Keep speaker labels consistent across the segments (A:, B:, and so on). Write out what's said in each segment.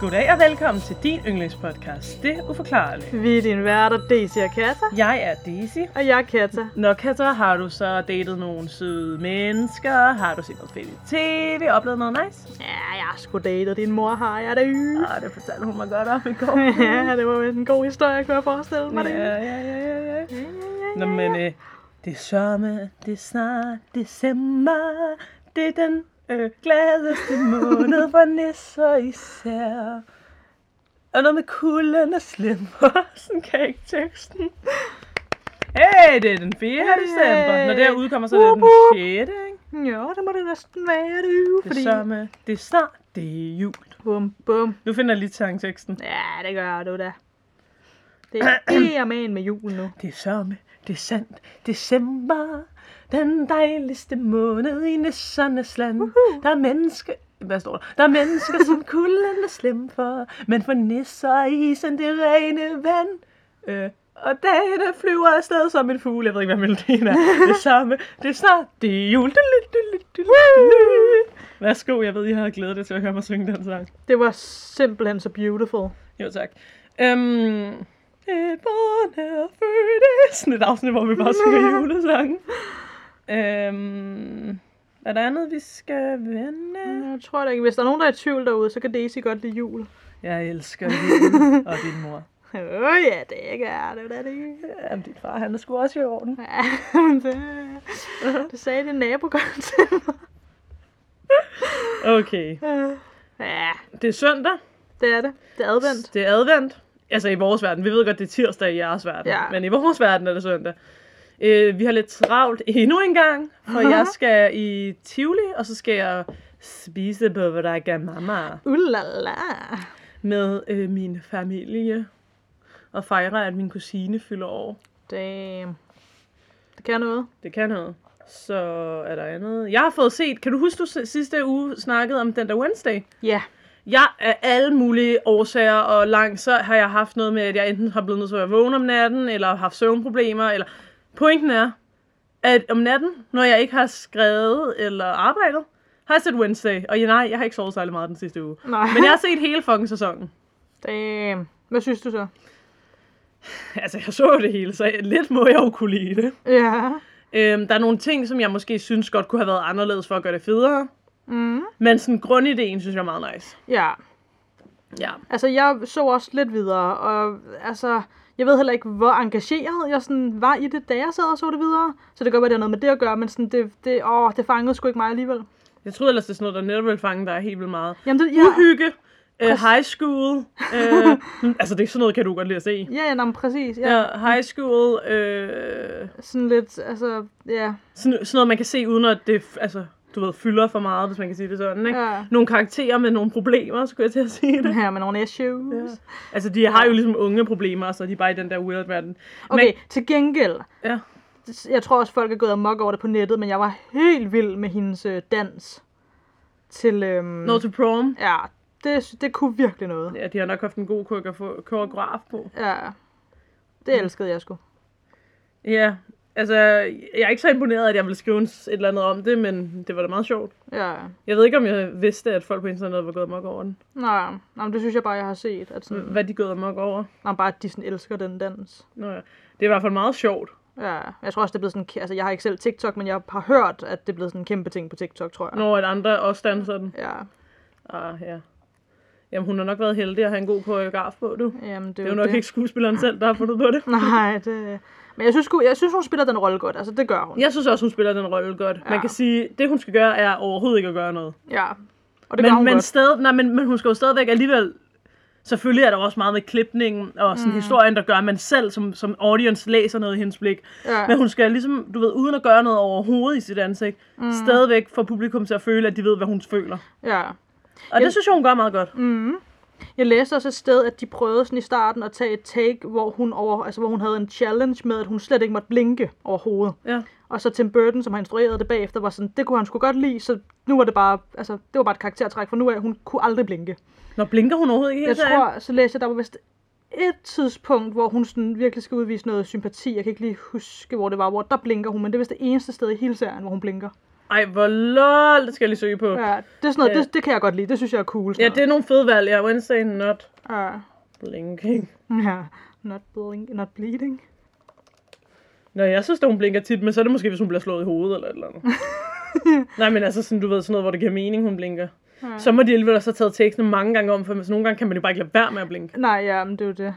A: Goddag og velkommen til din yndlingspodcast, Det Uforklarlige.
B: Vi er din værter, Daisy og Kata.
A: Jeg er Daisy.
B: Og jeg er Kata.
A: Nå, Katter, har du så datet nogle søde mennesker? Har du set noget fedt i tv? Oplevet noget nice?
B: Ja, jeg har sgu datet din mor, har jeg det.
A: Åh, det fortalte hun mig godt om i går.
B: ja, det var vist en god historie, kunne jeg forestille mig det.
A: ja,
B: Ja,
A: ja, ja, ja, ja.
B: ja, ja, ja.
A: Nå, men øh, det er sommer, det er snart december. Det er den øh, gladeste måned for nisser især. Og noget med kulden og slimmer. Sådan kan jeg ikke teksten. Hey, det er den 4. december. Når det her udkommer, så er det
B: Wup, wup.
A: den 6. Ikke?
B: Jo, det må det næsten være, det.
A: øh, Det er
B: Fordi...
A: sommer, det er snart, det er jul.
B: Bum, bum.
A: Nu finder jeg lige sangteksten.
B: Ja, det gør du da. Det er eddermame med jul nu.
A: Det er sommer, det er sandt, december. Den dejligste måned i nissernes land.
B: Woohoo.
A: Der er mennesker... Hvad står der? Der er mennesker, som kulden er slem for. Men for nisser er isen det rene vand. Øh, og dagene flyver afsted som en fugle. Jeg ved ikke, hvad melodien er. Det samme. Det er snart. Det er jul. Du, du, du, du, du, du. Værsgo, jeg ved, I har glædet jer til at høre mig synge den sang.
B: Det var simpelthen så beautiful.
A: Jo, tak. Øhm, et barn er født i... Sådan et afsnit, hvor vi bare synger julesange. Øhm, er der andet, vi skal vende?
B: Jeg tror da ikke, hvis der er nogen, der er i tvivl derude, så kan Daisy godt lide jul.
A: Jeg elsker jul og din mor.
B: Åh oh, ja, det gør du da, det.
A: Jamen, din far, han er sgu også i orden.
B: Ja, men
A: Uh-huh.
B: det, det sagde din nabo godt til mig.
A: Okay,
B: Øh, Ja,
A: det er søndag.
B: det er det. Det er advendt.
A: Det er advent. Altså i vores verden. Vi ved godt, det er tirsdag i jeres verden.
B: Ja.
A: Men i vores verden er det søndag. Øh, vi har lidt travlt endnu en gang, for jeg skal i Tivoli, og så skal jeg spise bavarica mamma
B: Ulala.
A: med øh, min familie og fejre, at min kusine fylder år.
B: Damn. Det kan noget.
A: Det kan noget. Så er der andet. Jeg har fået set, kan du huske, du si- sidste uge snakkede om den der Wednesday?
B: Ja.
A: Jeg af alle mulige årsager og langt, så har jeg haft noget med, at jeg enten har blevet nødt til at være vågen om natten, eller har haft søvnproblemer, eller... Pointen er, at om natten, når jeg ikke har skrevet eller arbejdet, har jeg set Wednesday. Og ja, nej, jeg har ikke sovet særlig meget den sidste uge.
B: Nej.
A: Men jeg har set hele fucking sæsonen.
B: Damn. Hvad synes du så?
A: Altså, jeg så jo det hele, så lidt må jeg jo kunne lide det.
B: Ja.
A: Øhm, der er nogle ting, som jeg måske synes godt kunne have været anderledes for at gøre det federe.
B: Mm.
A: Men sådan grundideen synes jeg er meget nice.
B: Ja.
A: Ja.
B: Altså, jeg så også lidt videre, og altså, jeg ved heller ikke, hvor engageret jeg sådan var i det, da jeg sad og så det videre. Så det kan godt være, det har noget med det at gøre, men sådan, det, det, åh, det fangede sgu ikke mig alligevel.
A: Jeg troede ellers, det er sådan noget, der netop ville fange dig helt vildt meget.
B: Jamen, det,
A: ja.
B: ja.
A: uhygge, øh, high school. Øh, altså, det er sådan noget, kan du godt lide at se.
B: Ja, ja, nå, men præcis. Ja.
A: Ja, high school. Øh,
B: Sådan lidt, altså, ja.
A: sådan, sådan noget, man kan se uden at det, f- altså, du ved, fylder for meget, hvis man kan sige det sådan, ikke?
B: ja.
A: Nogle karakterer med nogle problemer, skulle jeg til at sige det.
B: Her med nogle issues. Ja.
A: Altså, de har jo ligesom unge problemer, så de er bare i den der weird verden.
B: Okay, men... til gengæld.
A: Ja.
B: Jeg tror også, folk er gået amok over det på nettet, men jeg var helt vild med hendes øh, dans. Til, øhm...
A: Når to prom.
B: Ja, det, sy- det kunne virkelig noget.
A: Ja, de har nok haft en god koreograf- koreograf på.
B: Ja. Det
A: Mm.
B: elskede jeg sgu.
A: Ja, altså, jeg er ikke så imponeret, at jeg ville skrive en s- et eller andet om det, men det var da meget sjovt.
B: Ja.
A: Jeg ved ikke, om jeg vidste, at folk på internettet var gået amok over den.
B: Nå, nå, men det synes jeg bare, jeg har set. At sådan,
A: Hvad er de gået amok over?
B: nå, bare, at de sådan elsker den dans.
A: Nå ja. Det er i hvert fald meget sjovt.
B: Ja, jeg tror også, det er blevet sådan... en kæ- Altså, jeg har ikke selv TikTok, men jeg har hørt, at det er blevet sådan en kæmpe ting på TikTok, tror jeg.
A: Når et andre også danser den.
B: Ja,
A: Ah, ja. Jamen, hun har nok været heldig at have en god koreograf på, du.
B: jamen, det,
A: Det er jo nok
B: det.
A: ikke skuespilleren selv, der har fundet på det.
B: Nej, det... Men jeg synes, sgu- jeg synes, hun spiller den rolle godt. Altså, det gør hun.
A: Jeg synes også, hun spiller den rolle godt. Man
B: Ja.
A: kan sige, det hun skal gøre, er overhovedet ikke at gøre noget.
B: Ja. Og det gør
A: Men,
B: hun
A: men,
B: godt.
A: stadig, nej, men, men hun skal jo stadigvæk alligevel... Selvfølgelig er der også meget med klipningen og sådan mm. historien, der gør, at man selv som, som audience læser noget i hendes blik.
B: Ja.
A: Men hun skal ligesom, du ved, uden at gøre noget overhovedet i sit ansigt, mm. stadigvæk få publikum til at føle, at de ved, hvad hun føler.
B: ja.
A: Og det synes jeg, hun gør meget godt.
B: Jeg læste også et sted, at de prøvede sådan i starten at tage et take, hvor hun, over, altså, hvor hun havde en challenge med, at hun slet ikke måtte blinke overhovedet.
A: Ja.
B: Og så Tim Burton, som har instrueret det bagefter, var sådan, det kunne han sgu godt lide, så nu var det bare, altså, det var bare et karaktertræk, for nu af, hun kunne aldrig blinke.
A: Nå, blinker hun overhovedet ikke
B: Jeg
A: helt derinde?
B: tror, så læste jeg, der var vist et tidspunkt, hvor hun sådan virkelig skal udvise noget sympati. Jeg kan ikke lige huske, hvor det var, hvor der blinker hun, men det er vist det eneste sted i hele serien, hvor hun blinker.
A: Ej, hvor lol, det skal jeg lige søge på. Ja,
B: Ja, det er sådan noget,
A: Ja.
B: det, det kan jeg godt lide. Det synes jeg er cool.
A: ja det er nogle fede valg. Ja, Wednesday not
B: Ja.
A: blinking.
B: ja. Not, blink, not bleeding.
A: Nå, jeg synes, at hun blinker tit, men så er det måske, hvis hun bliver slået i hovedet eller et eller andet. Nej, men altså sådan, du ved, sådan noget, hvor det giver mening, hun blinker.
B: Ja.
A: Så må de alligevel også have taget teksten mange gange om, for nogle gange kan man jo bare ikke lade være med at blinke.
B: Nej, ja, men det er jo det.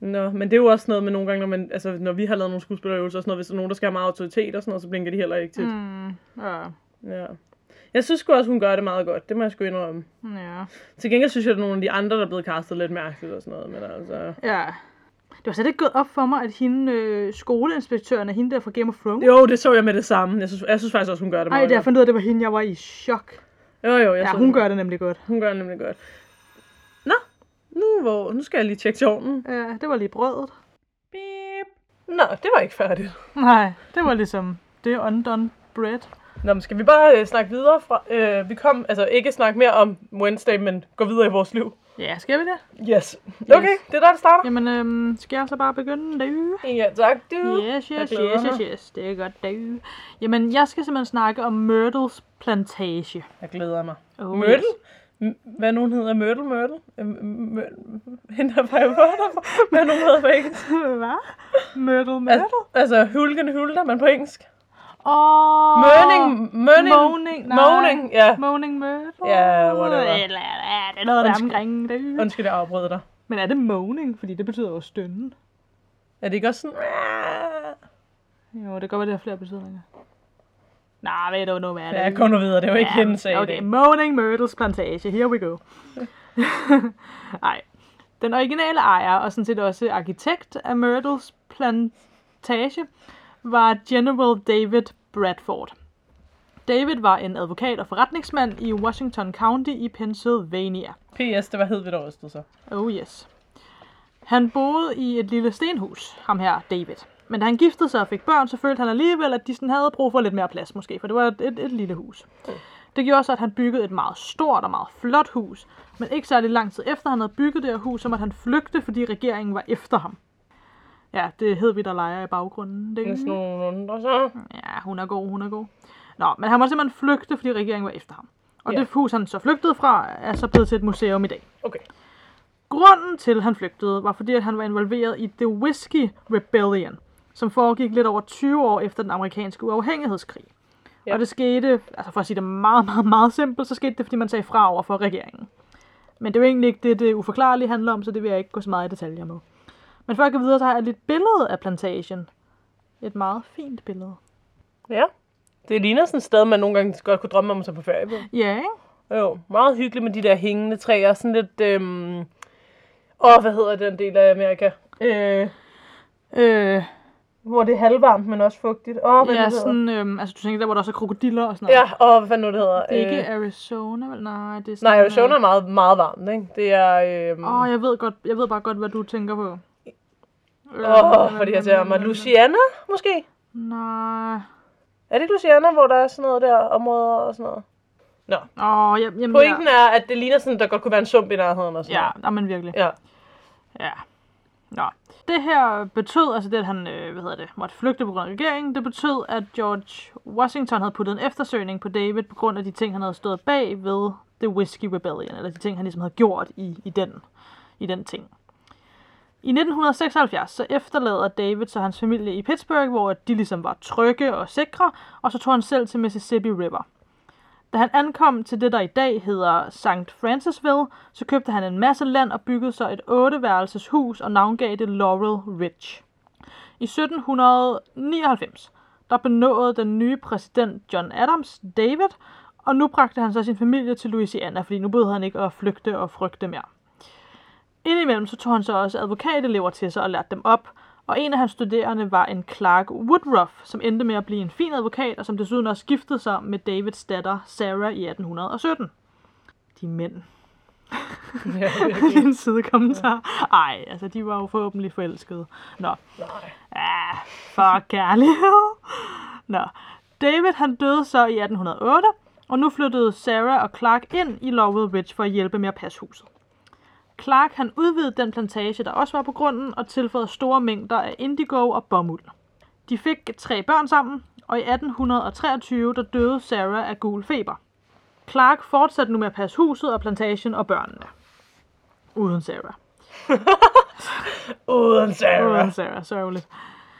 A: Nå, men det er jo også noget med nogle gange, når, man, altså, når vi har lavet nogle skuespillerøvelser og sådan noget, hvis der er nogen, der skal have meget autoritet og sådan noget, så blinker de heller ikke tit.
B: Mm, ja.
A: Mm. Ja. Jeg synes sgu også, hun gør det meget godt. Det må jeg sgu indrømme.
B: hmm, ja.
A: Til gengæld synes jeg, at nogle af de andre, der er blevet castet lidt mærkeligt og sådan noget. Men altså...
B: Ja. Det var slet ikke gået op for mig, at hende øh, skoleinspektøren er hende der fra Game of Thrones.
A: Jo, det så jeg med det samme. Jeg synes, jeg synes faktisk også, hun gør det
B: Nej,
A: meget
B: da jeg
A: godt.
B: fandt ud af, at det var hende, jeg var i chok.
A: Jo, jo, jeg
B: Ja,
A: så
B: hun
A: det.
B: gør det nemlig godt.
A: Hun gør det nemlig godt. Nå, nu, hvor, nu skal jeg lige tjekke tjovnen.
B: Ja, det var lige brødet.
A: Beep. Nå, det var ikke færdigt.
B: Nej, det var ligesom, det er undone bread.
A: Nå, men skal vi bare øh, snakke videre fra... Øh, vi kom, altså ikke snakke mere om Wednesday, men gå videre i vores liv.
B: Ja, skal vi det?
A: Yes. Okay, yes. det er der, der starter.
B: Jamen, øhm, skal jeg så bare begynde derude?
A: Ja, tak, du.
B: Yes, yes,
A: glæder
B: yes,
A: mig.
B: yes, yes, det er godt derude. Jamen, jeg skal simpelthen snakke om Myrtles plantage.
A: Jeg glæder mig.
B: Oh,
A: Myrtle? M- Hvad nogen hedder Myrtle Myrtle? Øhm, Myrtle- Hende der var jo for Hvad nogen hedder på engelsk?
B: Yes. Hvad? Myrtle, Myrtle?
A: Altså, altså hulken hulter man på engelsk.
B: Åh! Oh,
A: Mørning, mørning,
B: Moaning, nej.
A: moaning, ja.
B: Moaning Myrtle?
A: Ja, whatever.
B: Eller, ja, det er noget der
A: Undskyld.
B: omkring derude.
A: Undskyld, jeg afbrød dig.
B: Men er det moaning? Fordi det betyder jo stønnen.
A: Er det ikke også sådan?
B: Jo, det kan godt være, det har flere betydninger. Nej, ved du nu, hvad er det?
A: Ja, kom nu videre, det var ikke ja, hendes sag
B: Okay,
A: okay.
B: Moaning Myrtles Plantage, here we go. Nej, den originale ejer og sådan set også arkitekt af Myrtles Plantage var General David Bradford. David var en advokat og forretningsmand i Washington County i Pennsylvania.
A: P.S. Det var hed ved der rystede så.
B: Oh yes. Han boede i et lille stenhus, ham her David. Men da han giftede sig og fik børn, så følte han alligevel, at de sådan havde brug for lidt mere plads måske, for det var et, et, et lille hus. Det gjorde så, at han byggede et meget stort og meget flot hus, men ikke særlig lang tid efter han havde bygget det her hus, så måtte han flygte, fordi regeringen var efter ham. Ja, det hed vi, der leger i baggrunden. Det
A: Næsten nogen undrer så.
B: Ja, hun er god, hun er god. Nå, men han måtte simpelthen flygte, fordi regeringen var efter ham. Og
A: Ja.
B: det hus, han så flygtede fra, er så blevet til et museum i dag.
A: Okay.
B: Grunden til, at han flygtede, var fordi, at han var involveret i The Whiskey Rebellion, som foregik lidt over 20 år efter den amerikanske uafhængighedskrig.
A: Ja.
B: Ja. Og det skete, altså for at sige det meget, meget, meget simpelt, så skete det, fordi man sagde fra over for regeringen. Men det er jo egentlig ikke det, det uforklarlige handler om, så det vil jeg ikke gå så meget i detaljer med. Men for at gå videre, så har jeg lidt billede af plantagen. Et meget fint billede.
A: Ja. Det ligner sådan et sted, man nogle gange godt kunne drømme om at tage på ferie på.
B: Ja, ikke?
A: Jo, meget hyggeligt med de der hængende træer. Sådan lidt, øhm... Åh, hvad hedder den del af Amerika? Øh,
B: Øh,
A: hvor det er halvvarmt, men også fugtigt. Åh, hvad
B: ja,
A: det hedder.
B: sådan, øhm, altså du tænker, der hvor der også er krokodiller og sådan noget.
A: Ja, åh, hvad fanden nu det hedder. Øh,
B: Det er ikke Arizona, vel? øh. Nej, det er sådan,
A: Nej, Arizona
B: øh,
A: er meget, meget varmt, ikke? Det er... Øhm,
B: Åh, oh, jeg ved godt, jeg ved bare godt, hvad du tænker på. Øh,
A: åh, fordi jeg ser mig. Louisiana, måske?
B: Nej.
A: Er det ikke Louisiana, hvor der er sådan noget der, områder og sådan noget? Nå,
B: Åh, oh, jamen,
A: pointen
B: ja.
A: er, at det ligner sådan, der godt kunne være en sump i nærheden og sådan
B: Ja, nej, men virkelig.
A: noget. Ja.
B: Ja. Nå. Det her betød, altså det, at han, øh, hvad hedder det, måtte flygte på grund af regeringen, det betød, at George Washington havde puttet en eftersøgning på David på grund af de ting, han havde stået bag ved The Whiskey Rebellion, eller de ting, han ligesom havde gjort i, i, den, i den ting. I 1976 så efterlader David så hans familie i Pittsburgh, hvor de ligesom var trygge og sikre, og så tog han selv til Mississippi River. Da han ankom til det, der i dag hedder St. Francisville, så købte han en masse land og byggede sig et otteværelses hus og navngav det Laurel Ridge. I 1799, der benåede den nye præsident John Adams David, og nu bragte han så sin familie til Louisiana, fordi nu behøvede han ikke at flygte og frygte mere. Indimellem så tog han så også advokatelever til sig og lærte dem op, og en af hans studerende var en Clark Woodruff, som endte med at blive en fin advokat, og som desuden også giftede sig med Davids datter Sarah i 1817. De mænd.
A: ja
B: Lige en sidekommentar. Ej, altså de var jo forhåbentlig forelskede. Nå.
A: nej.
B: Ah, for kærlighed. Nå. David han døde så i 1808, og nu flyttede Sarah og Clark ind i Laurel Ridge for at hjælpe med at passe huset. Clark han udvidede den plantage, der også var på grunden, og tilføjede store mængder af indigo og bomuld. De fik tre børn sammen, og i 1823 der døde Sarah af gul feber. Clark fortsatte nu med at passe huset og plantagen og børnene. Uden Sarah.
C: Uden Sarah.
B: Uden Sarah, sørgeligt.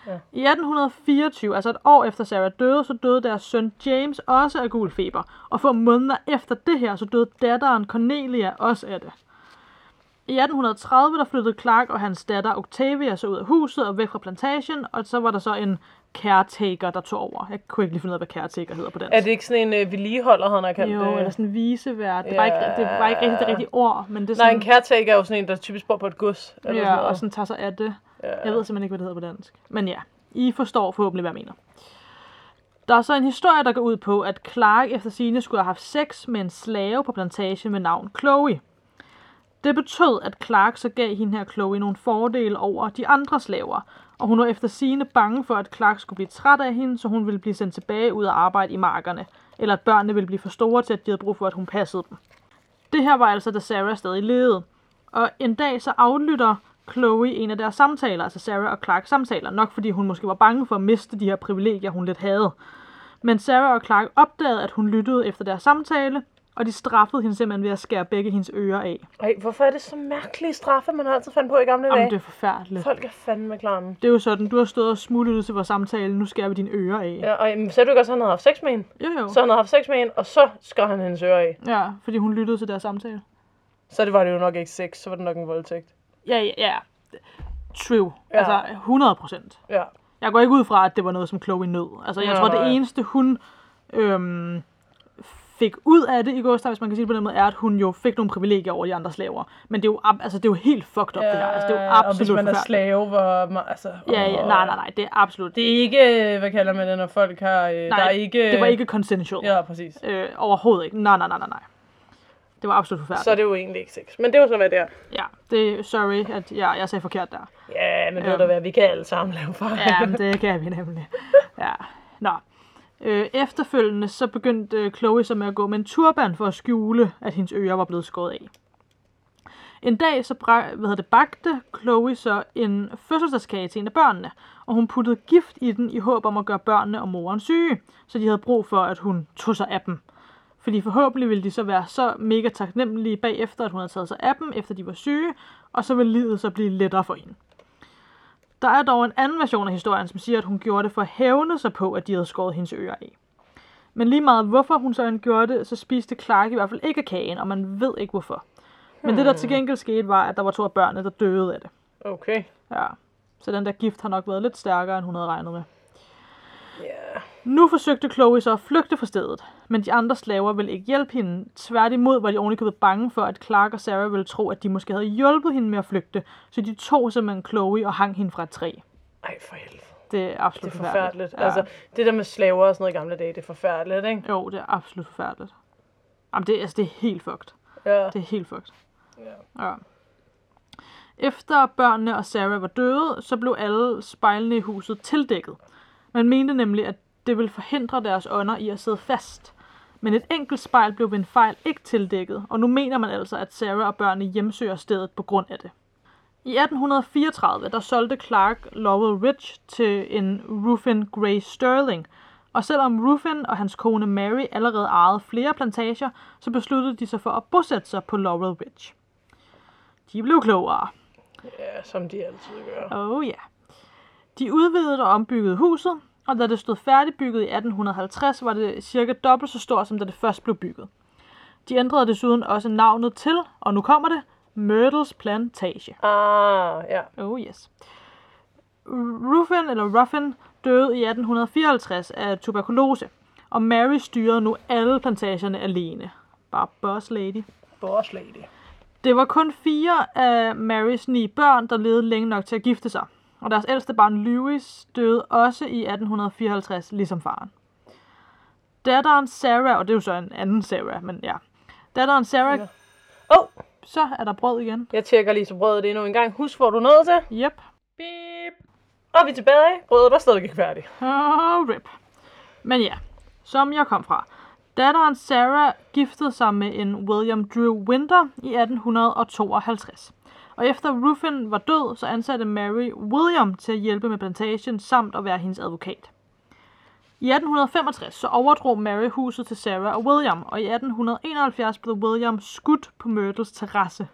B: I 1824, altså et år efter Sarah døde, så døde deres søn James også af gul feber. Og få måneder efter det her, så døde datteren Cornelia også af det. I 1830, der flyttede Clark og hans datter Octavia så ud af huset og væk fra plantagen, og så var der så en caretaker, der tog over. Jeg kunne ikke lige finde ud af, hvad caretaker hedder på dansk.
C: Er det ikke sådan en øh, vedligeholder, han har kaldt
B: Jo,
C: det?
B: eller sådan en visevært. Det var, ikke, det var ikke rigtig det rigtige ord, men det er
C: Nej,
B: sådan,
C: en caretaker er jo sådan en, der typisk bor på et gods. Eller
B: ja,
C: sådan noget.
B: og sådan tager sig af det.
C: Ja.
B: Jeg ved simpelthen ikke, hvad det hedder på dansk. Men ja, I forstår forhåbentlig, hvad jeg mener. Der er så en historie, der går ud på, at Clark efter sine skulle have haft sex med en slave på plantagen med navn Chloe. Det betød, at Clark så gav hende her Chloe nogle fordele over de andre slaver, og hun var efter sine bange for, at Clark skulle blive træt af hende, så hun ville blive sendt tilbage ud og arbejde i markerne, eller at børnene ville blive for store til, at de havde brug for, at hun passede dem. Det her var altså, da Sarah stadig levede. Og en dag så aflytter Chloe en af deres samtaler, altså Sarah og Clark samtaler, nok fordi hun måske var bange for at miste de her privilegier, hun lidt havde. Men Sarah og Clark opdagede, at hun lyttede efter deres samtale, og de straffede hende simpelthen ved at skære begge hendes ører af.
C: Ej, hvorfor er det så mærkelige straffe, man altid fandt på i gamle
B: Jamen,
C: dage?
B: det er forfærdeligt.
C: Folk er fandme klamme.
B: Det er jo sådan, du har stået og smuglyttet til vores samtale, nu skærer vi dine ører af.
C: Ja, og jamen, så er du ikke også, at han havde haft sex med hende?
B: Jo, jo.
C: Så han havde haft sex med hende, og så skar han hendes ører af.
B: Ja, fordi hun lyttede til deres samtale.
C: Så det var det jo nok ikke sex, så var det nok en voldtægt.
B: Ja, ja, ja. True.
C: Ja.
B: Altså, 100 procent.
C: Ja.
B: Jeg går ikke ud fra, at det var noget, som Chloe nød. Altså, jeg
C: Nej,
B: tror,
C: nej.
B: det eneste, hun øhm, fik ud af det i går, hvis man kan sige det på den måde, er, at hun jo fik nogle privilegier over de andre slaver. Men det er jo, ab- altså, det er jo helt fucked up, det her. Altså, det er jo
C: og
B: absolut
C: hvis man er
B: forfærdeligt.
C: slave, hvor man, altså...
B: Ja, ja, nej, nej, nej, det er absolut.
C: Det er ikke, øh, hvad kalder man det, når folk har... Øh,
B: nej,
C: der er ikke...
B: det var ikke consensual.
C: Ja, præcis.
B: Øh, overhovedet ikke. Nej, nej, nej, nej, nej. Det var absolut forfærdeligt.
C: Så er det jo egentlig ikke sex. Men det var så, hvad det er.
B: Ja, det sorry, at jeg, jeg sagde forkert der.
C: Ja, men det var
B: Øhm.
C: da, hvad vi kan alle sammen lave fejl.
B: Ja, men det kan vi nemlig. Ja. Nå. Øh, efterfølgende så begyndte øh, Chloe så med at gå med en turban for at skjule, at hendes ører var blevet skåret af. En dag så bra- hvad hedder det, bagte Chloe så en fødselsdagskage til en af børnene, og hun puttede gift i den i håb om at gøre børnene og moren syge, så de havde brug for, at hun tog sig af dem. Fordi forhåbentlig ville de så være så mega taknemmelige bagefter, at hun havde taget sig af dem, efter de var syge, og så ville livet så blive lettere for hende. Der er dog en anden version af historien, som siger, at hun gjorde det for at hævne sig på, at de havde skåret hendes ører af. Men lige meget hvorfor hun så end gjorde det, så spiste Clark i hvert fald ikke af kagen, og man ved ikke hvorfor. Men det der
C: Hmm.
B: til gengæld skete, var, at der var to af børnene, der døde af det.
C: Okay.
B: Ja. Så den der gift har nok været lidt stærkere, end hun havde regnet med.
C: Ja.
B: Nu forsøgte Chloe så at flygte fra stedet, men de andre slaver ville ikke hjælpe hende. Tværtimod var de ovenikøbet bange for, at Clark og Sarah ville tro, at de måske havde hjulpet hende med at flygte, så de tog simpelthen Chloe og hang hende fra et træ.
C: Ej, for helvede.
B: Det er absolut
C: Det er forfærdeligt.
B: Ja.
C: Altså, det der med slaver og sådan noget i gamle dage, det er forfærdeligt, ikke?
B: Jo, det er absolut forfærdeligt. Jamen, det, er- altså, det er helt fucked.
C: Ja.
B: Det er helt fucked.
C: Ja.
B: ja. Efter børnene og Sarah var døde, så blev alle spejlene i huset tildækket. Man mente nemlig, at det ville forhindre deres ånder i at sidde fast. Men et enkelt spejl blev ved en fejl ikke tildækket, og nu mener man altså, at Sarah og børnene hjemsøger stedet på grund af det. I 1834, der solgte Clark Laurel Ridge til en Ruffin Gray Sterling, og selvom Ruffin og hans kone Mary allerede ejede flere plantager, så besluttede de sig for at bosætte sig på Laurel Ridge. De blev klogere.
C: ja, som de altid gør.
B: Oh ja. Yeah. De udvidede og ombyggede huset, og da det stod færdigbygget i 1850, var det cirka dobbelt så stort, som da det først blev bygget. De ændrede desuden også navnet til, og nu kommer det, Myrtles Plantage.
C: Ah, ja.
B: Oh yes. Ruffin, eller Ruffin, døde i 1854 af tuberkulose, og Mary styrede nu alle plantagerne alene. Bare boss lady.
C: Boss lady.
B: Det var kun fire af Marys ni børn, der levede længe nok til at gifte sig. Og deres ældste barn, Lewis, døde også i 1854, ligesom faren. Datteren Sarah, og det er jo så en anden Sarah, men ja. Datteren Sarah,
C: Ja. Åh, oh,
B: så er der brød igen.
C: jeg tjekker lige så brødet endnu en gang. Husk, hvor du nåede til.
B: Yep.
C: Beep. Og vi er tilbage. Brødet var stadig ikke færdigt.
B: Oh, rip. Men ja, som jeg kom fra. Datteren Sarah giftede sig med en William Drew Winter i 1852. Og efter Ruffin var død, så ansatte Mary William til at hjælpe med plantagen samt at være hendes advokat. I 1865 så overdrog Mary huset til Sarah og William, og i 1871 blev William skudt på Myrtles terrasse.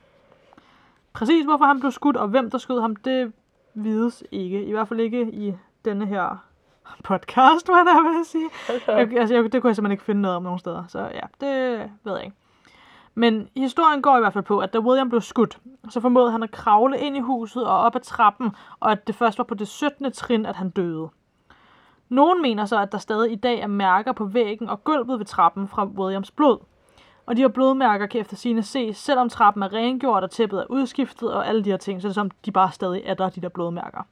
B: Præcis hvorfor han blev skudt, og hvem der skød ham, det vides ikke. I hvert fald ikke i denne her podcast, var der, vil jeg sige. Jeg, altså, jeg, det kunne jeg simpelthen ikke finde noget om nogen steder, så ja, det ved jeg ikke. Men historien går i hvert fald på, at da William blev skudt, så formåede han at kravle ind i huset og op ad trappen, og at det først var på det 17. trin, at han døde. Nogen mener så, at der stadig i dag er mærker på væggen og gulvet ved trappen fra Williams blod. Og de her blodmærker kan efter sine ses, selvom trappen er rengjort og tæppet er udskiftet og alle de her ting, så er det som de bare stadig er der, de der blodmærker.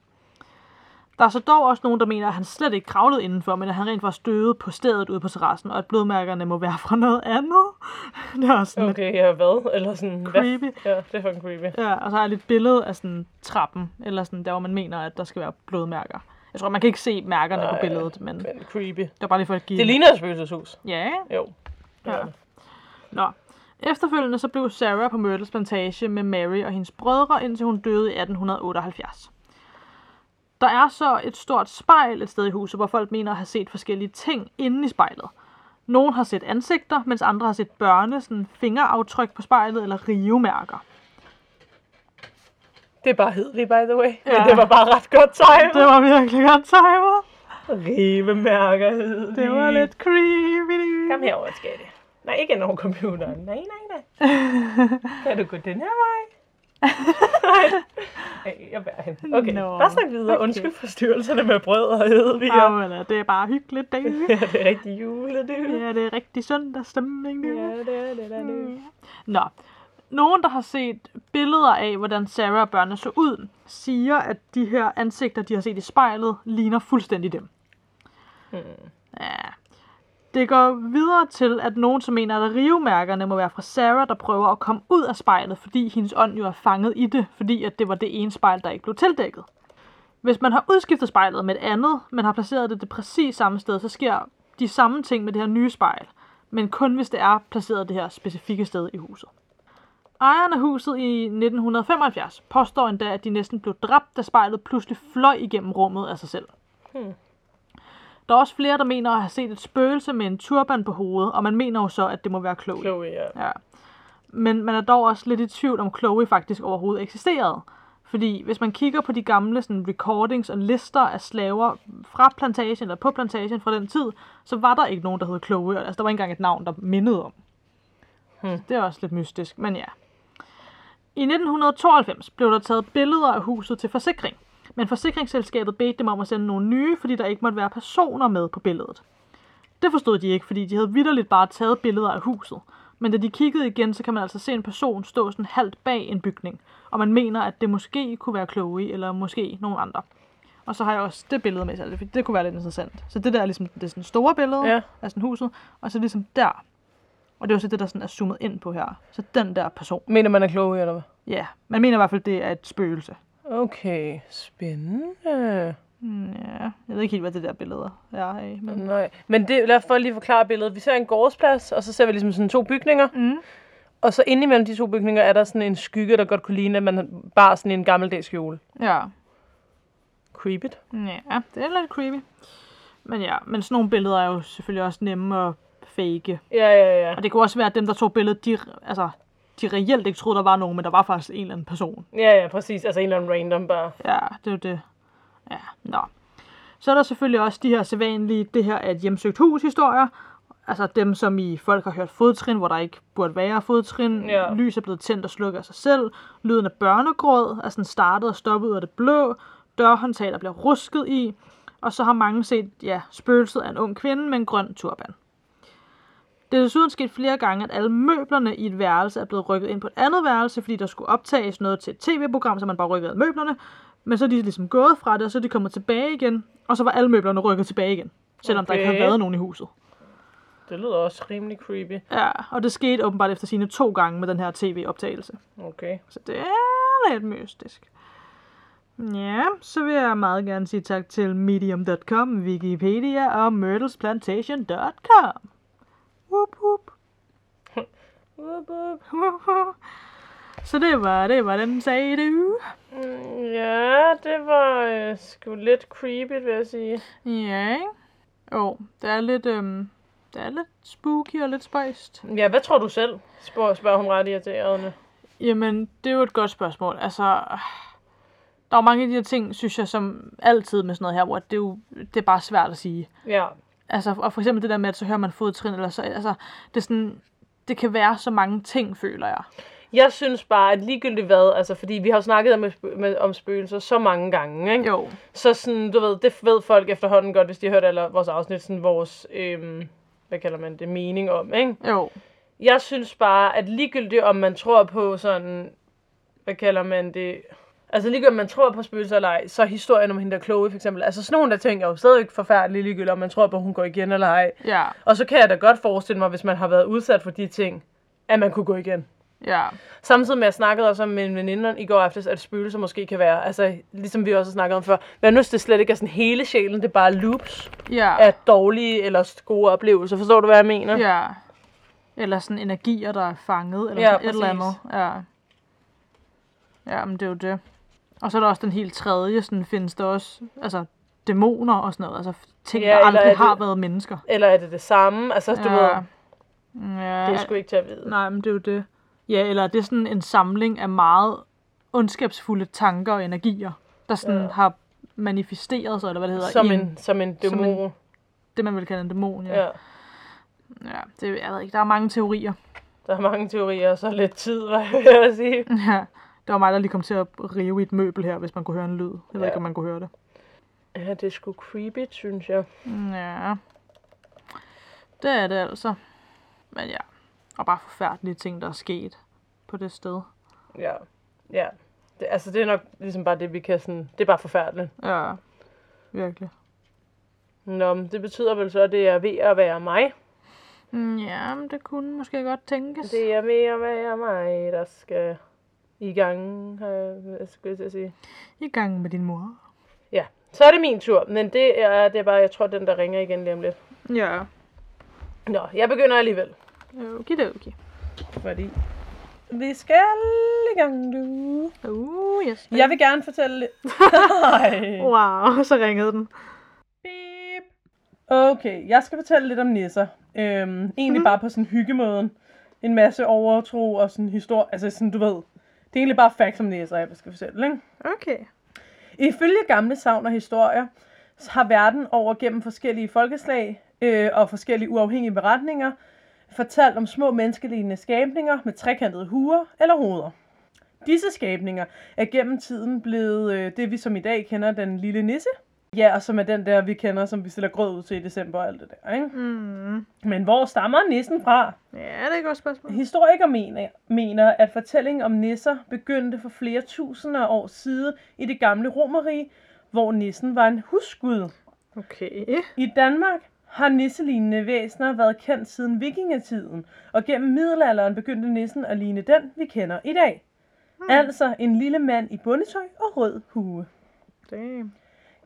B: Der er så dog også nogen, der mener, at han slet ikke kravlede indenfor, men at han rent var støde på stedet ude på terrassen, og at blodmærkerne må være fra noget andet. Det er også sådan lidt
C: Okay, ja, hvad? Eller sådan, hvad?
B: creepy.
C: Ja, det er fucking creepy.
B: Ja, og så har jeg lidt billede af sådan trappen, eller sådan der, hvor man mener, at der skal være blodmærker. Jeg tror, man kan ikke se mærkerne på
C: Nej,
B: billedet, men det
C: Men creepy.
B: var bare lige for at give...
C: Det ligner et spøgelseshus.
B: Ja, ikke?
C: Jo.
B: Ja.
C: Ja.
B: Nå. Efterfølgende så blev Sarah på Myrtles plantage med Mary og hendes brødre, indtil hun døde i 1878. Der er så et stort spejl et sted i huset, hvor folk mener at have set forskellige ting inde i spejlet. Nogle har set ansigter, mens andre har set børne, sådan fingeraftryk på spejlet eller rivemærker.
C: Det er bare hedligt, by the way. Ja. Men
B: Ja.
C: det var bare ret godt timet.
B: Det var virkelig godt timet.
C: Rivemærker hedligt.
B: Det var lidt creepy.
C: Kom herover, skatte. Nej, ikke ind over computeren. Nej, nej, nej. Kan du gå den her vej? Nej. Ej, jeg bærer hende. Okay,
B: Nå,
C: bare snak videre.
B: okay.
C: Undskyld forstyrrelserne med brød og hedviger.
B: Ja, men, øh, det er bare hyggeligt, det.
C: Ja, det er rigtig jule, det. Ja,
B: Ja, det er rigtig søndagsstemning, det.
C: det er det, det er det.
B: Mm. Nå. Nogen, der har set billeder af, hvordan Sarah og børnene så ud, siger, at de her ansigter, de har set i spejlet, ligner fuldstændig dem.
C: Hmm.
B: Ja. Det går videre til, at nogen, som mener, at rivemærkerne må være fra Sarah, der prøver at komme ud af spejlet, fordi hendes ånd jo er fanget i det, fordi at det var det ene spejl, der ikke blev tildækket. Hvis man har udskiftet spejlet med et andet, men har placeret det det præcis samme sted, så sker de samme ting med det her nye spejl, men kun hvis det er placeret det her specifikke sted i huset. Ejeren af huset i 1975 påstår endda, at de næsten blev dræbt, da spejlet pludselig fløj igennem rummet af sig selv. Der er også flere, der mener at have set et spøgelse med en turban på hovedet, og man mener jo så, at det må være Chloe.
C: Chloe, ja.
B: Ja. Men man er dog også lidt i tvivl, om Chloe faktisk overhovedet eksisterede. Fordi hvis man kigger på de gamle sådan, recordings og lister af slaver fra plantagen eller på plantagen fra den tid, så var der ikke nogen, der hed Chloe. Altså der var ikke engang et navn, der mindede om.
C: Hmm.
B: Så det er også lidt mystisk, men ja. I 1992 blev der taget billeder af huset til forsikring. Men forsikringsselskabet bedte dem om at sende nogle nye, fordi der ikke måtte være personer med på billedet. Det forstod de ikke, fordi de havde vidderligt bare taget billeder af huset. Men da de kiggede igen, så kan man altså se en person stå sådan halvt bag en bygning. Og man mener, at det måske kunne være Chloe, eller måske nogen andre. Og så har jeg også det billede med selv, for det kunne være lidt interessant. Så det der er ligesom det sådan store billede
C: Ja.
B: ja. af sådan huset, og så ligesom der. Og det er jo så det, der sådan er zoomet ind på her. Så den der person.
C: Mener man er Chloe, eller hvad?
B: Ja, yeah. man mener i hvert fald, det er et spøgelse.
C: Okay, spændende.
B: Mm, Ja, jeg ved ikke helt, hvad det der billede er af. Men...
C: Nej, men det, lad os for lige forklare billedet. Vi ser en gårdsplads, og så ser vi ligesom sådan to bygninger.
B: Mm.
C: Og så inde imellem de to bygninger er der sådan en skygge, der godt kunne ligne, at man bar sådan en gammeldags kjole.
B: Ja.
C: Creepy.
B: ja, det er lidt creepy. Men ja, men sådan nogle billeder er jo selvfølgelig også nemme at fake.
C: Ja, ja, ja.
B: Og det kunne også være, at dem, der tog billedet, de, altså, de reelt ikke troede, der var nogen, men der var faktisk en eller anden person.
C: Ja, ja, præcis. Altså en eller anden random bare.
B: Ja, det er jo det. Ja, nå. Så er der selvfølgelig også de her sædvanlige, det her er et hjemsøgt hus historier. Altså dem, som i folk har hørt fodtrin, hvor der ikke burde være fodtrin.
C: Ja.
B: Lys er blevet tændt og slukket af sig selv. Lyden af børnegråd er sådan startet og stoppet ud af det blå. Dørhåndtag, der bliver rusket i. Og så har mange set, ja, spøgelset af en ung kvinde med en grøn turban. Det er desuden sket flere gange, at alle møblerne i et værelse er blevet rykket ind på et andet værelse, fordi der skulle optages noget til et tv-program, så man bare rykkede alle møblerne. Men så er de ligesom gået fra det, og så er de kommet tilbage igen, og så var alle møblerne rykket tilbage igen. Selvom okay. der ikke
C: Okay.
B: havde været nogen i huset.
C: Det lyder også rimelig creepy.
B: Ja, og det skete åbenbart efter sine to gange med den her tv-optagelse.
C: Okay.
B: Så det er lidt mystisk. Ja, så vil jeg meget gerne sige tak til Medium.com, Wikipedia og MyrtlesPlantation.com. Whoop, whoop.
C: Wup, wup.
B: Så det var, det var den sagde du.
C: Mm, Ja, det var øh, sgu lidt creepy, vil jeg sige.
B: Ja, ikke? Jo, det er lidt, øhm, det er lidt spooky og lidt spøjst.
D: Ja, hvad tror du selv? Spørger, spørger hun ret irriterende.
B: Jamen, det er jo et godt spørgsmål. Altså, der er jo mange af de her ting, synes jeg, som altid med sådan noget her, hvor det er, jo, det er bare svært at sige.
D: Ja,
B: Altså, og for eksempel det der med, at så hører man fodtrin, eller så, altså, det er sådan, det kan være så mange ting, føler jeg.
D: Jeg synes bare, at ligegyldigt hvad, altså fordi vi har jo snakket om, spø- med, om spøgelser så mange gange, ikke?
B: Jo,
D: Så sådan, du ved, det ved folk efterhånden godt, hvis de har hørt alle vores afsnit, sådan vores, øhm, hvad kalder man det, mening om, ikke?
B: jo,
D: Jeg synes bare, at ligegyldigt om man tror på sådan, hvad kalder man det, altså ligegyldigt om man tror på spøgelser eller ej, så er historien om hende der kloge for eksempel, altså sådan nogle der ting er jo stadigvæk forfærdelige ligegyldigt om man tror på, at hun går igen eller ej.
B: ja,
D: Og så kan jeg da godt forestille mig, hvis man har været udsat for de ting, at man kunne gå igen.
B: ja,
D: Samtidig med, at jeg snakkede også med en veninde i går aftes, at spøgelser måske kan være, altså ligesom vi også har snakket om før, men nu det slet ikke er sådan hele sjælen, det er bare loops
B: ja,
D: af dårlige eller gode oplevelser. Forstår du, hvad jeg mener?
B: ja. Eller sådan energier, der er fanget, eller
D: Ja,
B: sådan et eller andet.
D: præcis.
B: Ja, ja men det er jo det. Og så er der også den helt tredje, sådan findes der også, altså, dæmoner og sådan noget, altså ting,
D: Ja,
B: ja, der
D: eller er
B: aldrig
D: det-
B: har været mennesker.
D: Eller er det det samme? Altså, du ved,
B: ja,
D: det er sgu ikke til at vide.
B: Nej, men det er jo det. Ja, eller det er sådan en samling af meget ondskabsfulde tanker og energier, der sådan ja.
D: Ja.
B: har manifesteret sig, eller hvad det hedder.
D: Som
B: i
D: en, som en
B: som en-
D: dæmon.
B: Det, man vil kalde en dæmon, ja. ja.
D: ja.
B: ja det, jeg ved ikke, der er mange teorier.
D: Der er mange teorier, og så lidt tid, hvad jeg vil sige.
B: Ja. Der var mig, der lige kom til at rive i et møbel her, hvis man kunne høre en lyd. Jeg ved
D: Ja.
B: ikke, om man kunne høre det.
D: Ja, det er sgu creepy, synes jeg.
B: Ja. Det er det altså. Men ja. Og bare forfærdelige ting, der er sket på det sted.
D: Ja, ja. Det, altså, det er nok ligesom bare det, vi kan sådan... Det er bare forfærdeligt.
B: Ja. Virkelig.
D: Nå, men det betyder vel så, at det er ved at være mig.
B: Ja, men det kunne måske godt tænkes.
D: Det er ved at være mig, der skal i gang, har jeg- hvad skulle jeg til at sige.
B: I gang med din mor.
D: Ja, så er det min tur, men det er, det er bare, jeg tror, den der ringer igen lige om lidt.
B: Ja.
D: Nå, jeg begynder alligevel.
B: Okay, det okay.
A: Fordi vi skal i gang nu.
B: Uh, yes.
A: Jeg vil gerne fortælle lidt. Nej.
B: Wow, så ringede den.
A: Beep. Okay, jeg skal fortælle lidt om nisser. Øhm, egentlig
B: Mhm.
A: bare på sådan hyggemåden. En masse overtro og sådan historie. Altså sådan, du ved. Det er egentlig bare facts om nisser, jeg skal fortælle, ikke?
B: Okay.
A: Ifølge gamle savn og historier har verden over gennem forskellige folkeslag øh, og forskellige uafhængige beretninger fortalt om små menneskelignende skabninger med trekantede huer eller hoveder. Disse skabninger er gennem tiden blevet øh, det, vi som i dag kender den lille nisse. Ja, og som er den der, vi kender, som vi stiller grød ud til i december og alt det der, ikke?
B: Mm.
A: Men hvor stammer nissen fra?
B: Ja, det er et godt spørgsmål.
A: Historikere mener, mener, at fortællingen om nisser begyndte for flere tusinder år siden i det gamle romerige, hvor nissen var en husgud.
B: Okay.
A: I Danmark har nisselignende væsener været kendt siden vikingetiden, og gennem middelalderen begyndte nissen at ligne den, vi kender i dag.
B: Hmm.
A: Altså en lille mand i bundetøj og rød hue.
B: Damn.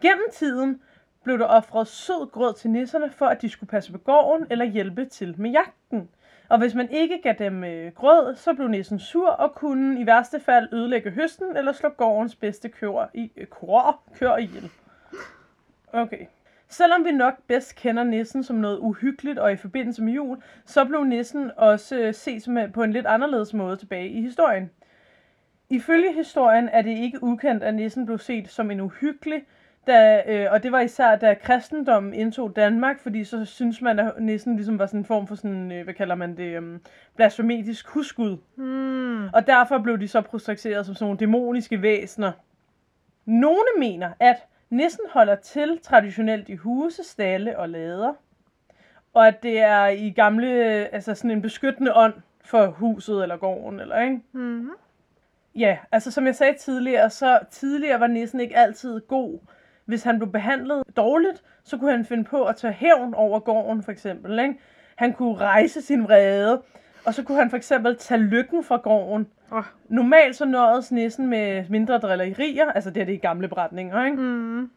A: Gennem tiden blev der offret sød grød til nisserne, for at de skulle passe på gården eller hjælpe til med jagten. Og hvis man ikke gav dem øh, grød, så blev nissen sur og kunne i værste fald ødelægge høsten eller slå gårdens bedste køer i, øh, køer, køer ihjel. Okay. Selvom vi nok bedst kender nissen som noget uhyggeligt og i forbindelse med jul, så blev nissen også øh, set som en- på en lidt anderledes måde tilbage i historien. Ifølge historien er det ikke ukendt, at nissen blev set som en uhyggelig, da, øh, og det var især, da kristendommen indtog Danmark, fordi så synes man, at nissen ligesom var sådan en form for sådan, øh, hvad kalder man det, øh, blasfemetisk husgud.
B: Mm.
A: Og derfor blev de så prostrakteret som sådan nogle dæmoniske væsener. Nogle mener, at nissen holder til traditionelt i huse, stalle og lader. Og at det er i gamle, øh, altså sådan en beskyttende ånd for huset eller gården, eller ikke?
B: Mm.
A: Ja, altså som jeg sagde tidligere, så tidligere var nissen ikke altid god. Hvis han blev behandlet dårligt, så kunne han finde på at tage hævn over gården, for eksempel. Ikke? Han kunne rejse sin vrede, og så kunne han for eksempel tage lykken fra gården.
B: Åh.
A: Normalt så nåedes nissen med mindre drillerier, altså det er det i gamle beretninger, ikke?
B: Mm.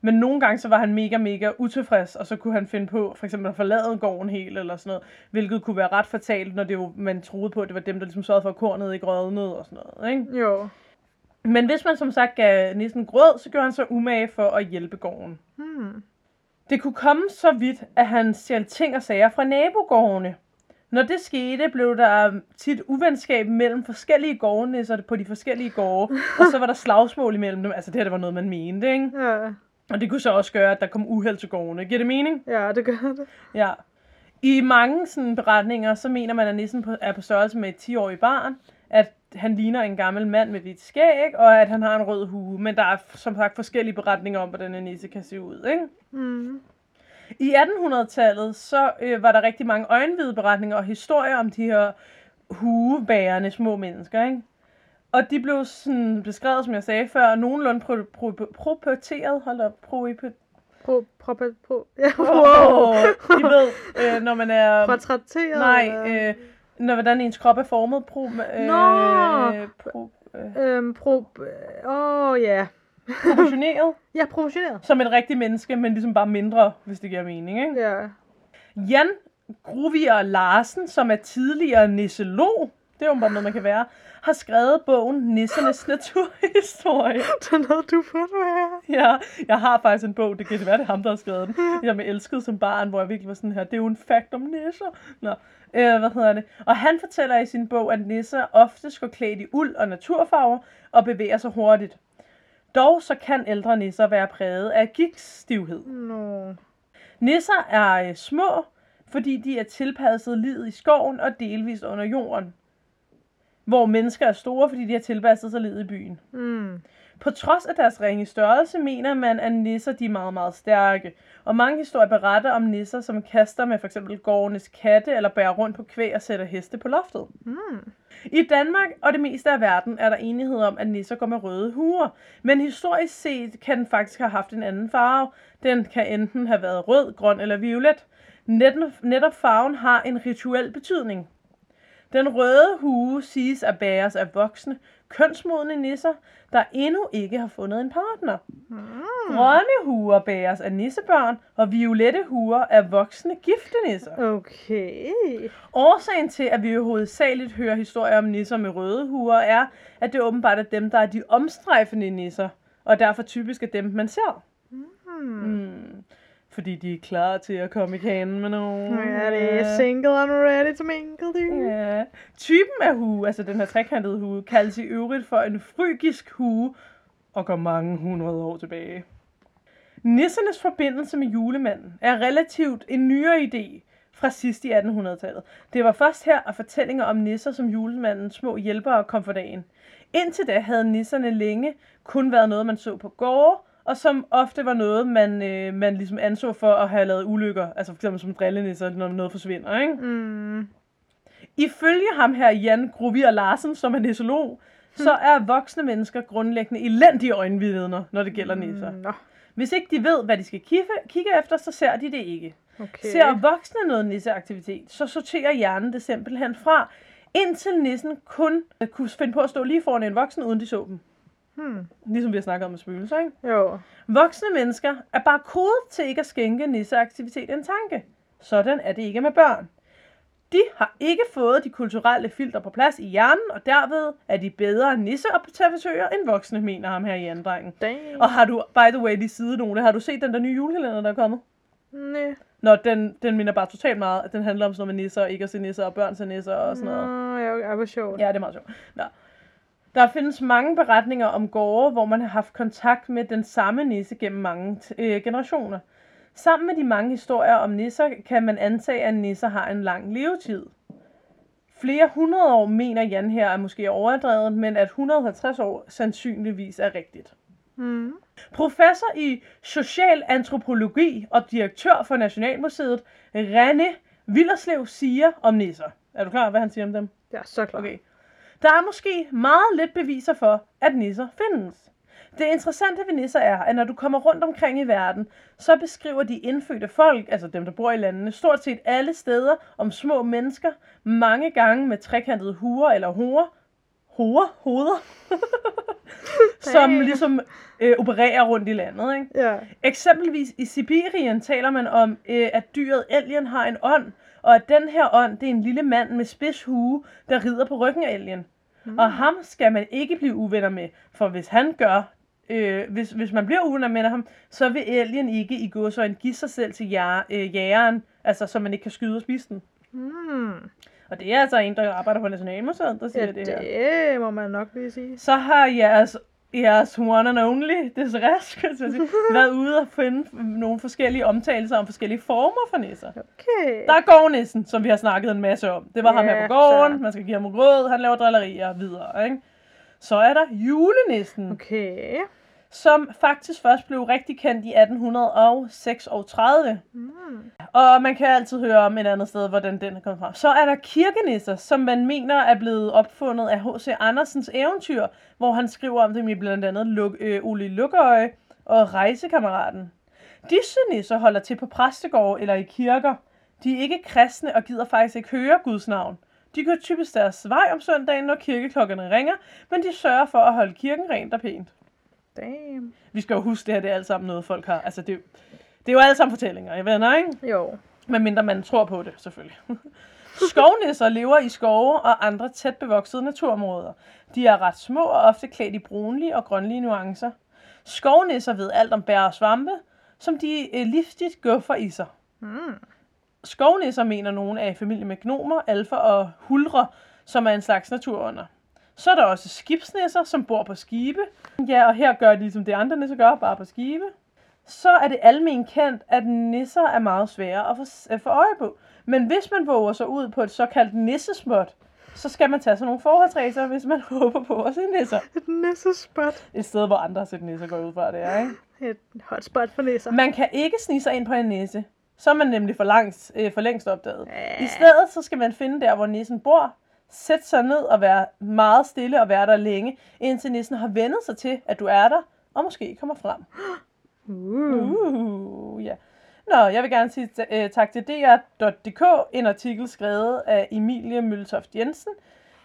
A: Men nogle gange så var han mega, mega utilfreds, og så kunne han finde på for eksempel at forlade gården helt eller sådan noget, hvilket kunne være ret fatalt, når det jo, man troede på, at det var dem, der ligesom sørgede for, at kornet ikke rødnede og sådan noget, ikke?
B: Jo.
A: Men hvis man som sagt gav nissen grød, så gjorde han sig umage for at hjælpe gården.
B: Mm.
A: Det kunne komme så vidt, at han stjal ting og sager fra nabogårdene. Når det skete, blev der tit uvenskab mellem forskellige gårdnisser på de forskellige gårde, og så var der slagsmål imellem dem. Altså det her, det var noget, man mente, ikke?
B: Ja,
A: Og det kunne så også gøre, at der kom uheld til gårdene. Giver det mening?
B: ja, det gør det.
A: Ja. I mange sådan beretninger, så mener man, at nissen på, er på størrelse med et 10-årigt barn, at han ligner en gammel mand med hvidt skæg, og at han har en rød hue. Men der er som sagt forskellige beretninger om, hvordan en nisse kan se ud, ikke?
B: Mm.
A: I 1800-tallet, så øh, var der rigtig mange øjenvideberetninger og historier om de her huebærende små mennesker, ikke? Og de blev sådan beskrevet, som jeg sagde før, nogenlunde pro- pro- proporteret, hold op, pro-
B: Pro, prop, pro, ja, wow.
A: Wow. I ved, øh, når man er...
B: Portrætteret.
A: Nej, øh, når hvordan ens krop er formet. Pro, øh,
B: Nå.
A: pro, øh,
B: Øhm, pro, åh, oh, ja.
A: proportioneret.
B: Ja, proportioneret.
A: som et rigtigt menneske, men ligesom bare mindre, hvis det giver mening. Ikke?
B: Ja.
A: Jan Gruvier Larsen, som er tidligere nisselog, det er jo bare noget, man kan være, har skrevet bogen Nissernes Naturhistorie.
B: Den havde du på det her.
A: Ja, jeg har faktisk en bog, det kan det være, det er ham, der har skrevet den. Jeg blev elsket som barn, hvor jeg virkelig var sådan her, det er jo en fakt om nisser. Nå, øh, hvad hedder det? Og han fortæller i sin bog, at nisser ofte går klædt i uld og naturfarver og bevæger sig hurtigt. Dog så kan ældre nisser være præget af gigtstivhed.
B: Nå.
A: Nisser er øh, små, fordi de er tilpasset livet i skoven og delvist under jorden. Hvor mennesker er store, fordi de har tilpasset sig livet i byen.
B: Mm.
A: På trods af deres ringe størrelse, mener man, at nisser de er meget, meget stærke. Og mange historier beretter om nisser, som kaster med f.eks. gårdenes katte, eller bærer rundt på kvæg og sætter heste på loftet.
B: Mm.
A: I Danmark og det meste af verden er der enighed om, at nisser går med røde huer. Men historisk set kan den faktisk have haft en anden farve. Den kan enten have været rød, grøn eller violet. Net- netop farven har en rituel betydning. Den røde hue siges at bæres af voksne, kønsmodne nisser, der endnu ikke har fundet en partner.
B: Hmm.
A: Grønne huer bæres af nissebørn, og violette huer af voksne gifte nisser.
B: Okay.
A: Årsagen til, at vi jo hovedsageligt hører historier om nisser med røde huer, er, at det åbenbart er dem, der er de omstrejfende nisser, og derfor typisk er dem, man ser.
B: Mm.
A: Mm. Fordi de er klar til at komme i kanen med nogen.
B: Ja, det er single and ready to mingle, du.
A: Ja. Typen af hue, altså den her trekantede hue, kaldes i øvrigt for en frygisk hue og går mange hundrede år tilbage. Nissernes forbindelse med julemanden er relativt en nyere idé fra sidst i 1800-tallet. Det var først her, at fortællinger om nisser som julemandens små hjælpere kom for dagen. Indtil da havde nisserne længe kun været noget, man så på gårde, og som ofte var noget, man, øh, man ligesom anså for at have lavet ulykker. Altså for eksempel som drillenisser, når noget forsvinder, ikke?
B: Mm.
A: Ifølge ham her, Jan Gruvier Larsen, som er nissolog, så er voksne mennesker grundlæggende elendige øjenvidner, når det gælder nisser.
B: Nå,
A: Hvis ikke de ved, hvad de skal kigge, kigge efter, så ser de det ikke.
B: okay.
A: Okay. Ser voksne noget nisseaktivitet, så sorterer hjernen det simpelthen fra, indtil nissen kun kunne finde på at stå lige foran en voksen, uden de så dem.
B: Hmm.
A: Ligesom vi har snakket om med spøgelser, ikke?
B: Jo.
A: Voksne mennesker er bare kodet til ikke at skænke nisseaktivitet en tanke. Sådan er det ikke med børn. De har ikke fået de kulturelle filter på plads i hjernen, og derved er de bedre nisseobservatører end voksne, mener ham her i andrengen.
B: Damn.
A: Og har du, by the way, de sidenote, har du set den der nye julekalender, der er kommet?
B: Næ.
A: Nå, den, den minder bare totalt meget, at den handler om sådan noget med nisser, og ikke at se nisser, og børn til nisser og sådan noget.
B: Nå, ja, okay, hvor sjovt.
A: Ja, det er meget sjovt. Nå. Der findes mange beretninger om gårde, hvor man har haft kontakt med den samme nisse gennem mange t- øh, generationer. Sammen med de mange historier om nisser, kan man antage, at nisser har en lang levetid. Flere hundrede år mener Jan her er måske overdrevet, men at 150 år sandsynligvis er rigtigt.
B: Mm.
A: Professor i social antropologi og direktør for Nationalmuseet, René Villerslev, siger om nisser. Er du klar, hvad han siger om dem?
B: Ja, så klart.
A: Okay. Der er måske meget lidt beviser for, at nisser findes. Det interessante ved nisser er, at når du kommer rundt omkring i verden, så beskriver de indfødte folk, altså dem, der bor i landene, stort set alle steder om små mennesker, mange gange med trekantede huer eller hoer, hoer, hoveder, som
B: Damn.
A: ligesom øh, opererer rundt i landet. Ikke?
B: Ja.
A: Eksempelvis i Sibirien taler man om, øh, at dyret elgen har en ånd, og at den her ånd, det er en lille mand med spids hue, der rider på ryggen af elgen. Mm. Og ham skal man ikke blive uvenner med, for hvis han gør øh, hvis, hvis man bliver uvenner med ham, så vil alien ikke i gåsøjne give sig selv til jæger, øh, jægeren, altså så man ikke kan skyde og spise den.
B: Hmm.
A: Og det er altså en, der arbejder på Nationalmuseet, der siger
B: Ja,
A: ja, det, det her.
B: det må man nok lige sige.
A: Så har jeres, jeres one and only, desværre, skulle jeg til at sige, været ude og finde nogle forskellige omtalelser om forskellige former for nisser.
B: Okay.
A: Der er gårdnissen, som vi har snakket en masse om. Det var yeah, ham her
B: Ja,
A: på gården,
B: så.
A: man skal give ham råd, han laver drillerier og videre, ikke? Så er der julenissen, okay.
B: Okay.
A: som faktisk først blev rigtig kendt i 1836.
B: Mm.
A: Og man kan altid høre om et andet sted, hvordan den er kommet fra. Så er der kirkenisser, som man mener er blevet opfundet af H.C. Andersens eventyr, hvor han skriver om dem i blandt andet Luk- øh, Ole Lukøje og Rejsekammeraten. Disse nisser holder til på præstegårde eller i kirker. De er ikke kristne og gider faktisk ikke høre Guds navn. De går typisk deres vej om søndagen, når kirkeklokkerne ringer, men de sørger for at holde kirken rent og pænt.
B: Damn.
A: Vi skal jo huske, det her det er alt sammen noget, folk har. Altså, det, er jo- det er jo alle sammen fortællinger, jeg venner, ikke?
B: Jo.
A: Medmindre man tror på det, selvfølgelig. Skovnisser lever i skove og andre tæt bevoksede naturområder. De er ret små og ofte klædt i brunlige og grønlige nuancer. Skovnisser ved alt om bær og svampe, som de øh, livstigt guffer i sig.
B: Mm.
A: Skovnisser mener nogen er i familie med gnomer, alfer og hulre, som er en slags naturånder. Så er der også skibsnisser, som bor på skibe. Ja, og her gør de, som de andre nisser gør, bare på skibe. Så er det almen kendt, at nisser er meget svære at få, at få øje på. Men hvis man våger sig ud på et såkaldt nissesmåt, så skal man tage sådan nogle forholdsregler, hvis man håber på at se nisser.
B: Et nissespot.
A: Et sted, hvor andre har set nisser går jeg ud fra, det er, ikke?
B: Et hotspot for nisser.
A: Man kan ikke snige sig ind på en næse. Så er man nemlig for, langt, øh, for længst opdaget.
B: Ja.
A: I stedet så skal man finde der, hvor nissen bor, sætte sig ned og være meget stille og være der længe, indtil nissen har vendet sig til, at du er der, og måske kommer frem.
B: Uh.
A: Uh, ja. Nå, jeg vil gerne sige øh, tak til dr.dk, en artikel skrevet af Emilie Møltoft Jensen.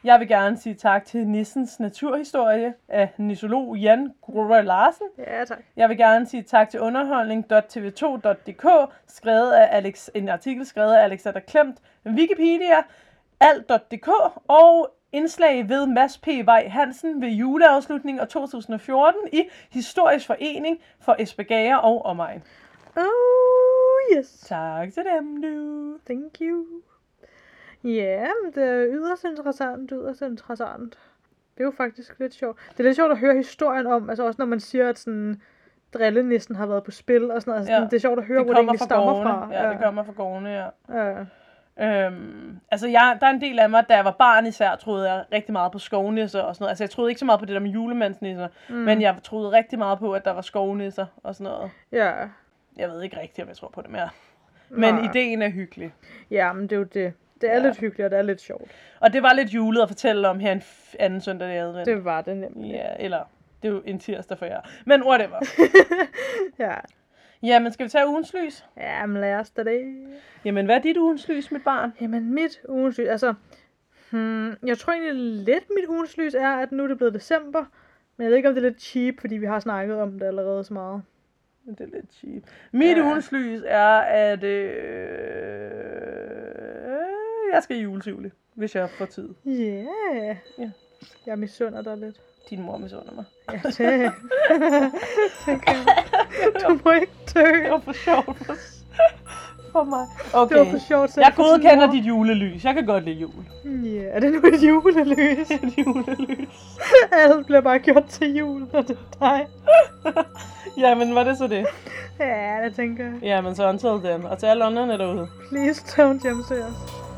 A: Jeg vil gerne sige tak til Nissens Naturhistorie af nissolog Jan Gruber Larsen.
B: Ja, tak.
A: Jeg vil gerne sige tak til underholdning.tv2.dk, skrevet af Alex, en artikel skrevet af Alexander Klemt, Wikipedia, alt.dk og indslag ved Mads P. Vej Hansen ved juleafslutningen og 2014 i Historisk Forening for Esbjerg og Omegn.
B: Oh, yes.
A: Tak til dem nu.
B: Thank you. Ja, men det er yderst interessant, yderst interessant. Det er jo faktisk lidt sjovt. Det er lidt sjovt at høre historien om, altså også når man siger, at sådan drillenissen har været på spil og sådan noget. Altså,
A: Ja.
B: sådan, det er sjovt at høre,
A: Det
B: hvor det
A: kommer
B: egentlig
A: fra
B: stammer
A: gårdene.
B: fra.
A: Ja, det kommer fra gårdene, ja.
B: ja.
A: Øhm, altså, jeg, der er en del af mig, da jeg var barn især, troede jeg rigtig meget på skovnisser og sådan noget. Altså, jeg troede ikke så meget på det der med julemandsnisser, mm. men jeg troede rigtig meget på, at der var skovnisser og sådan noget.
B: ja.
A: Jeg ved ikke rigtigt, om jeg tror på det mere. Men
B: Nej.
A: ideen er hyggelig.
B: ja, men det er jo det. Det er
A: Ja.
B: ja. lidt hyggeligt, og det er lidt sjovt.
A: Og det var lidt julet at fortælle om her en f- anden søndag i advent.
B: Det var det nemlig.
A: Ja, eller det er jo en tirsdag for jer. Men whatever.
B: Ja.
A: Jamen, skal vi tage ugens lys?
B: Ja, men lad os da det.
A: Jamen, hvad er dit ugens lys, mit barn?
B: Jamen, mit ugens lys, altså... Hmm, jeg tror egentlig lidt, mit ugens lys er, at nu er det blevet december. Men jeg ved ikke, om det er lidt cheap, fordi vi har snakket om det allerede så meget.
A: Det er lidt cheap. Mit ja.
B: Ja.
A: ugens lys er, at øh, jeg skal i juletivle, hvis jeg får tid.
B: Yeah.
A: Ja.
B: Jeg misunder dig lidt.
A: Din mor misunder mig.
B: Ja, tak. Tak, ja. du må ikke dø.
A: Det var for sjovt for, for mig.
B: Det var
A: Okay.
B: for sjovt. selv
A: Jeg
B: for din
A: godkender
B: mor.
A: dit julelys. Jeg kan godt lide jul.
B: Ja, er det nu et julelys?
A: Dit julelys.
B: Alt bliver bare gjort til jul, når det er dig.
A: Jamen, var det så det?
B: Ja, det tænker jeg.
A: Jamen, så until den. Og til alle ånderne derude.
B: Please don't jamse os.